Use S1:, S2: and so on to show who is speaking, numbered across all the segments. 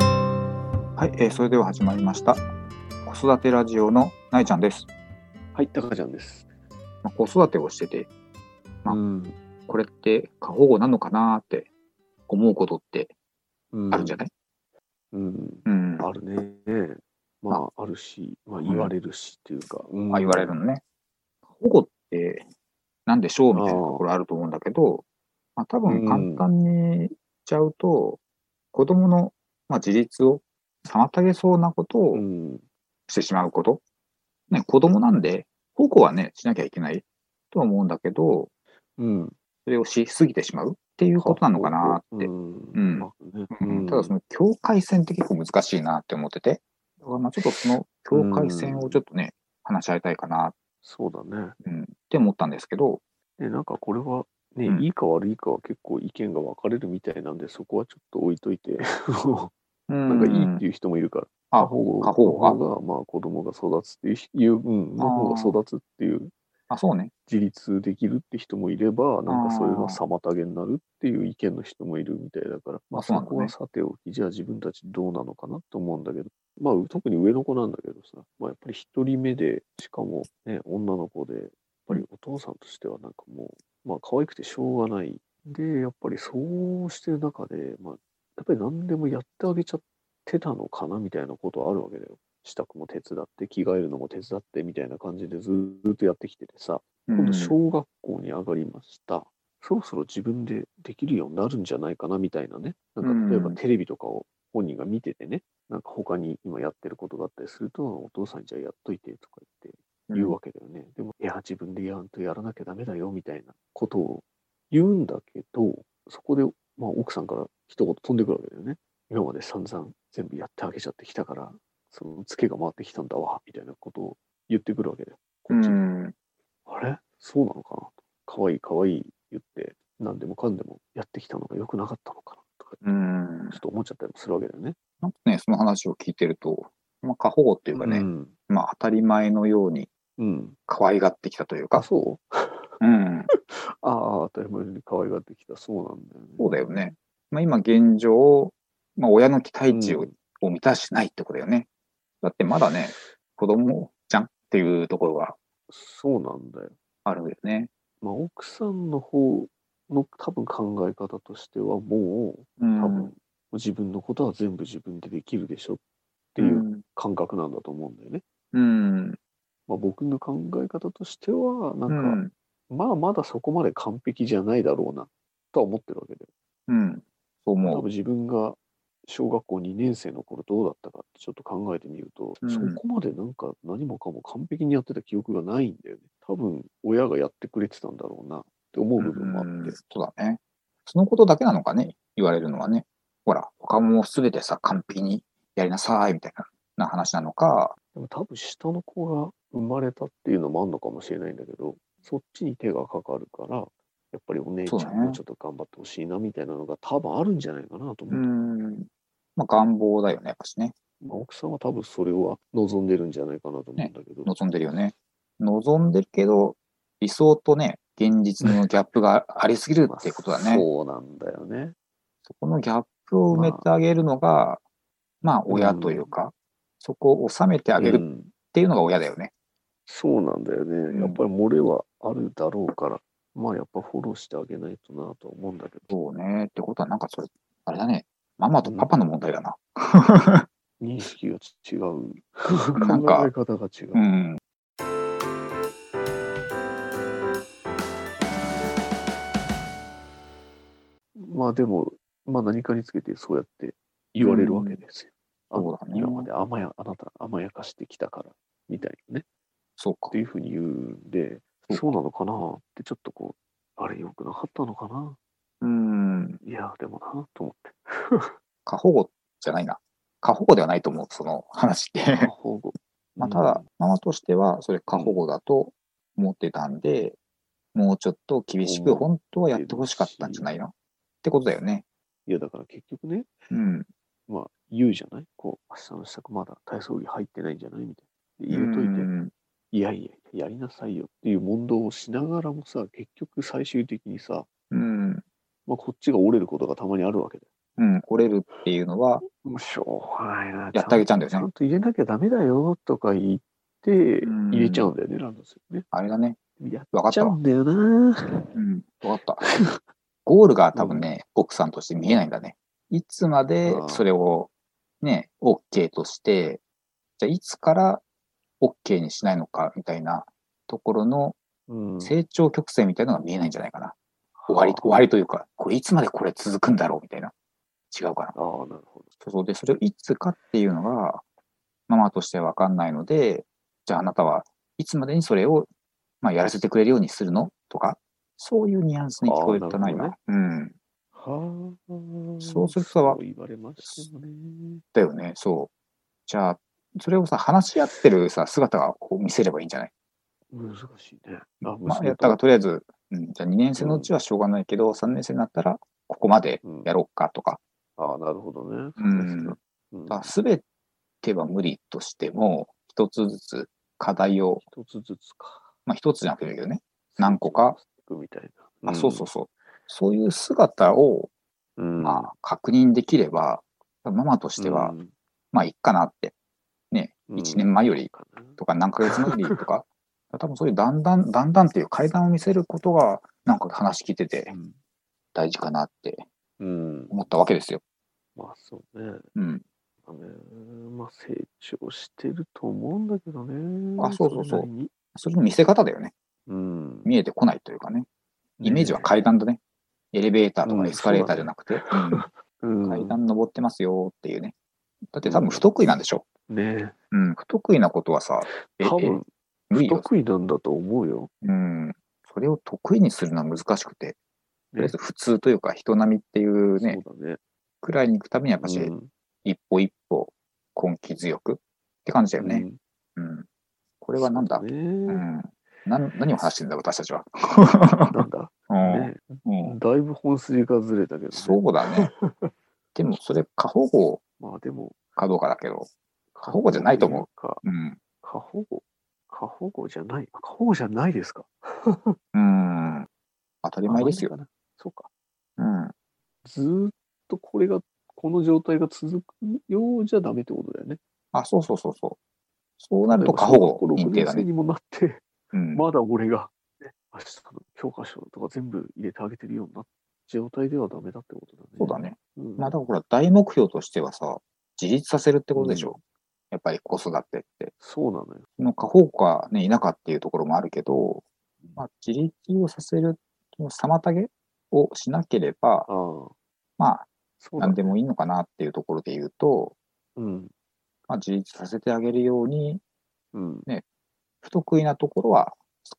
S1: はい、えーそれでは始まりました。子育てラジオのないちゃんです。
S2: はい、タカちゃんです。
S1: まあ、子育てをしてて、あ
S2: うん。
S1: これって過保護なのかなーって思うことってあるんじゃない、
S2: うん。
S1: うん、
S2: あるね。まあ、あるし、まあ、言われるしっていうか。うん
S1: まあ言われるのね。過保護って何でしょうみたいなところあると思うんだけど、まあ、多分簡単に言っちゃうと、子供の、まあ、自立を妨げそうなこと
S2: う
S1: を
S2: ん。
S1: してしまうこと。ね、子供なんで、保護はね、しなきゃいけないとは思うんだけど、
S2: うん。
S1: それをしすぎてしまうっていうことなのかなって。
S2: うん。
S1: うん
S2: まあね
S1: うんただその境界線って結構難しいなって思ってて、だからまあちょっとその境界線をちょっとね、話し合いたいかなっ
S2: そうだね。
S1: て思ったんですけど、
S2: で、なんかこれは、ね、
S1: うん
S2: いいか悪いかは結構意見が分かれるみたいなんで、そこはちょっと置いといて、
S1: な
S2: なんかいいっていう人もいるから、
S1: あ、過
S2: 過
S1: 保護
S2: 保
S1: が。
S2: 護が、まあ子供が育つっていう人、いううん、の方が育つっていう
S1: あ、そうね。
S2: 自立できるって人もいれば、なん
S1: あー
S2: かそれが妨げになるっていう意見の人もいるみたいだから、ま
S1: あ
S2: あ、
S1: そ
S2: そう
S1: なんだ
S2: こ
S1: ね
S2: はさておき、じゃあ自分たちどうなのかなと思うんだけど、まあ特に上の子なんだけどさ、まあ、やっぱり一人目で、しかもね、女の子で、やっぱりお父さんとしてはなんかもう、まあ可愛くてしょうがない。で、やっぱりそうしてる中で、まあ、やっぱり何でもやってあげちゃってたのかなみたいなことあるわけだよ。支度も手伝って、着替えるのも手伝ってみたいな感じでずーっとやってきててさ、今度
S1: うん
S2: 小学校に上がりました、そろそろ自分でできるようになるんじゃないかなみたいなねなんか例えば
S1: うん
S2: テレビとかを本人が見ててね、なんか他に今やってることがあったりするとお父さんにじゃあやっといてとか言って言うわけだよね、でもいや自分でやらんとやらなきゃダメだよみたいなことを言うんだけどそこで、まあ、奥さんから一言飛んでくるわけだよね今まで散々全部やってあげちゃってきたからそのツケが回ってきたんだわみたいなことを言ってくるわけだよこ
S1: う
S2: っちに
S1: ん。
S2: あれそうなのかなと。かわいいかわいい言って、何でもかんでもやってきたのが良くなかったのかなとか、
S1: うん。
S2: ちょっと思っちゃったりもするわけだよね。
S1: なんかね、その話を聞いてると、まあ、過保護っていうかね、
S2: うん。
S1: まあ、当たり前のように
S2: うん、
S1: 可愛がってきたという
S2: あ、
S1: か、
S2: そう
S1: うん。
S2: ああ、当たり前に可愛がってきた。そうなんだよね。
S1: そうだよね。まあ、今現状、まあ、親の期待値を,、
S2: うん
S1: を満たしないってことだよね。だってまだね、子供じゃんっていうところが
S2: そうなんだよ。
S1: あるよね。
S2: まあ、奥さんの方の多分考え方としては、もう、
S1: う
S2: 多
S1: ん
S2: 分、自分のことは全部自分でできるでしょっていう感覚なんだと思うんだよね。
S1: うん。うん。
S2: まあ、僕の考え方としては、なん
S1: うん。
S2: か、まあまだそこまで完璧じゃないだろうなとは思ってるわけで、
S1: うん。そう思
S2: 多
S1: う。
S2: 分自分が小学校2年生の頃どうだったかってちょっと考えてみると、
S1: うん
S2: そこまでなんか何もかも完璧にやってた記憶がないんだよね。多分親がやってくれてたんだろうなって思う部分もあって、
S1: うんそうだね。そのことだけなのかね、言われるのはね。ほら、他もすべてさ、完璧にやりなさいみたいなな話なのか、
S2: でも多分下の子が生まれたっていうのもあるのかもしれないんだけど、そっちに手がかかるから、やっぱりお姉ちゃ
S1: そうんだね
S2: もちょっと頑張ってほしいなみたいなのが多分あるんじゃないかなと思う。
S1: うん。まあ、願望だよね、やっぱしね。
S2: まあ、奥さんは多分それは望んでるんじゃないかなと思うんだけど。
S1: 望んでるよね。望んでるけど、理想とね、現実のギャップがありすぎるっていうことだね。
S2: そうなんだよね。
S1: そこのギャップを埋めてあげるのが、まあ、親というか、そこを収めてあげ
S2: う
S1: るっ
S2: ん
S1: ていうのが親だよね。
S2: そうなんだよ
S1: ん
S2: ね。やっぱり漏れはあるだろうから、まあやっぱフォローしてあげないとなとは思うんだけ
S1: そ
S2: ど、
S1: うね。ってことは、なんかそれ、あれだね。ママとパパの問題だな。
S2: 認識が違う。
S1: なん
S2: 考
S1: か
S2: え方が違う。
S1: うん。
S2: まあでも、まあ何かにつけてそうやって言われるわけですよ。
S1: うん
S2: あの
S1: そうだね
S2: 今まで甘やあなた甘やかしてきたからみたいなね。
S1: そう
S2: っ
S1: か
S2: て。いうふうに言うんで、
S1: うん
S2: そうなのかなってちょっとこう、あれ良くなかったのかな
S1: うん。
S2: いや、でもなと思って。
S1: 過保護じゃないな。過保護ではないと思う、その話って。
S2: 過保護。
S1: まあ、ただ、ママとしては、それ過保護だと思ってたんで、もうちょっと厳しく、
S2: 思ってるし
S1: 本当はやってほしかったんじゃないのってことだよね。
S2: うん、いや、だから結局ね、
S1: うん。
S2: まあ、言うじゃないこう、明日の支度まだ体操着入ってないんじゃないみたいな。で入れといて、
S1: うん
S2: いやいや、やりなさいよっていう問答をしながらもさ、結局最終的にさ、
S1: うん。
S2: まあ、こっちが折れることがたまにあるわけだよ。
S1: うん、折れるっていうのは、
S2: もうしょうがないな。
S1: やってあげちゃうんだ
S2: ちゃ
S1: よね
S2: ん。と入れなきゃダメだよとか言って、
S1: うん
S2: 入れちゃうんだよね、ランドセルね。
S1: あれだね。
S2: や
S1: わか
S2: っ
S1: っ
S2: ちゃ
S1: た
S2: う
S1: わ。
S2: んだよな。
S1: うん、わかった。ゴールが多分ね、奥さんとして見えないんだね。いつまで
S2: ああ
S1: それをね、OK として、じゃあいつから OK にしないのかみたいなところの
S2: うん
S1: 成長曲線みたいなのが見えないんじゃないかな。終わり、終わりというか、これいつまでこれ続くんだろうみたいな。違うかな。
S2: ああ、なるほ
S1: そうそう。で、それをいつかっていうのが、ママとしてはわかんないので、じゃああなたはいつまでにそれを、まあ、やらせてくれるようにするのとか、そういうニュアンスに聞こえたない
S2: あー
S1: な
S2: な。
S1: うん。
S2: ど。はあ。
S1: そうするとは
S2: そう言われましてもね。
S1: だよね、そう。じゃあ、それをさ、話し合ってるさ、姿がこう見せればいいんじゃない
S2: 難しいね。あ、
S1: まあ、
S2: 娘
S1: やっ
S2: と
S1: たがとりあえず、うん、じゃあ2年生のうちはしょうがないけど、3年生になったら、ここまで
S2: うん
S1: やろうかとか、
S2: ああ、なるほどね。
S1: うん
S2: うん
S1: すべては無理としても、一つずつ課題を、
S2: 一つずつか。
S1: まあ一つじゃなくてもいいけどね、何個か、
S2: みたいな。
S1: あ、そうそうそう、そういう姿を、
S2: うん。
S1: まあ、確認できれば、ママとしては、
S2: うん、
S1: まあ、いっかなって、1年前より
S2: かな。
S1: とか何ヶ月前よりと か、多分そういうだんだん、だんだんっていう階段を見せることが、なんか話聞いてて
S2: うん
S1: 大事かなって
S2: うん。
S1: 思ったわけですよ。
S2: まあそうね。
S1: うん。
S2: まあねまあ成長してると思うんだけどね。
S1: あそうそうそう
S2: れなりに
S1: それの見せ方だよね。
S2: うん。
S1: 見えてこないというかね。イメージは
S2: ね
S1: 階段だね。エレベーターと
S2: う
S1: か
S2: ん
S1: エスカレーターじゃなくて、
S2: うん
S1: 階段登ってますよっていうね。だって多分不得意なんでしょ。
S2: ね
S1: うん、不得意なことはさ、え
S2: 多
S1: え
S2: 分
S1: 無
S2: 不
S1: 理よ。
S2: 得意なんだと思うよ。
S1: うん。それを得意にするのは難しくて、とりあえ
S2: ね
S1: ず普通というか人並みっていうね、
S2: そうだね。
S1: くらいに行くためにやっぱし、
S2: うん
S1: 一歩一歩根気強くって感じだよね。。うん。こ
S2: こ
S1: れはなんだう,、
S2: ね。
S1: んなん。何を話してんだ私たちは。
S2: なんだ。
S1: うん
S2: ね。
S1: うん
S2: だいぶ本筋がずれたけどね。
S1: そうだ ね。でもそれ過保護
S2: まあでも。
S1: かどうかだけど、過保護じゃないと思う。
S2: か。
S1: うん。
S2: 過保護過保護じゃない過保護じゃないですか。
S1: うん。当たり前ですよ。
S2: 甘いのかな。そうか。
S1: うん。
S2: ずーっとこれが、この状態が続くようじゃダメってことだよね。
S1: あ、そうそうそうそう。そうなると過保護
S2: 例えば小学校
S1: 認定だ
S2: 6年生
S1: ね。
S2: にもなって、
S1: うん。
S2: まだ俺が、ね、明日の教科書とか全部入れてあげてるような状態ではダメだってことだね。
S1: そうだね。
S2: うん。
S1: まあだからほら大目標としてはさ、自立させるってことでしょ。やっぱり子育てって。
S2: そうなのよ。
S1: の過保護が、ね、いなかっていうところもあるけど、まあ、自立をさせる妨げをしなければ、
S2: ああ。
S1: まあ、
S2: そうだ
S1: 何
S2: ね。
S1: でもいいのかなっていうところで言うと、
S2: うん。
S1: まあ、自立させてあげるように、
S2: うん。
S1: 不得意なところは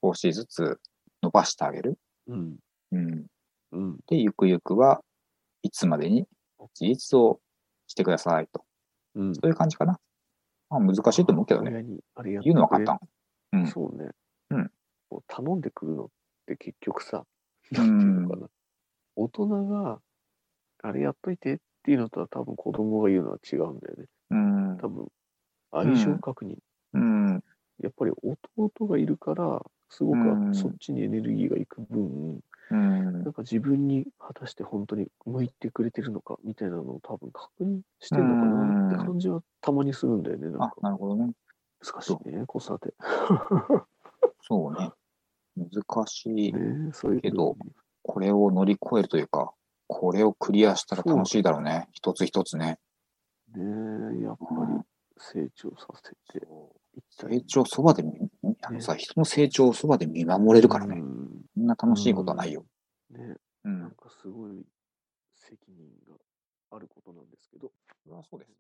S1: 少しずつ伸ばしてあげる。
S2: うん。
S1: うん、
S2: うん。
S1: で、ゆくゆくはいつまでに自立をしてくださいと。
S2: うん。
S1: そういう感じかな。まあ、難しいと思うけどね。
S2: 親にあれやって
S1: 言うのは
S2: くれ
S1: 簡単。うん
S2: そうね。
S1: うん
S2: こう頼んでくるのって結局さ、
S1: う
S2: なんんていうのかな。大人が、あれやっといてっていうのとは多分子供が言うのは違うんだよね。
S1: うん。
S2: 多分、愛情確認。
S1: うん。
S2: やっぱり弟がいるから、すごく
S1: うん
S2: そっちにエネルギーがいく分、
S1: うん
S2: なんか自分に果たして本当に向いてくれてるのかみたいなのを多分確認してるのかなって感じはたまにするんだよね。なん
S1: あ
S2: か、
S1: なるほどね。
S2: 難しいね、子育て。
S1: そうね。難しい。
S2: ねそういう
S1: けど
S2: ことだね
S1: これを乗り越えるというか、これをクリアしたら楽しいだろうね。一つ一つね。
S2: ねえやっぱり成長させていきたい。
S1: 成長そばで見、あのさ、人の成長をそばで見守れるから
S2: う
S1: ね。
S2: ん
S1: そんな楽しいことはないよ。
S2: ね
S1: う
S2: なん
S1: ん。
S2: かすごい責任があることなんですけど。
S1: それはそうですね。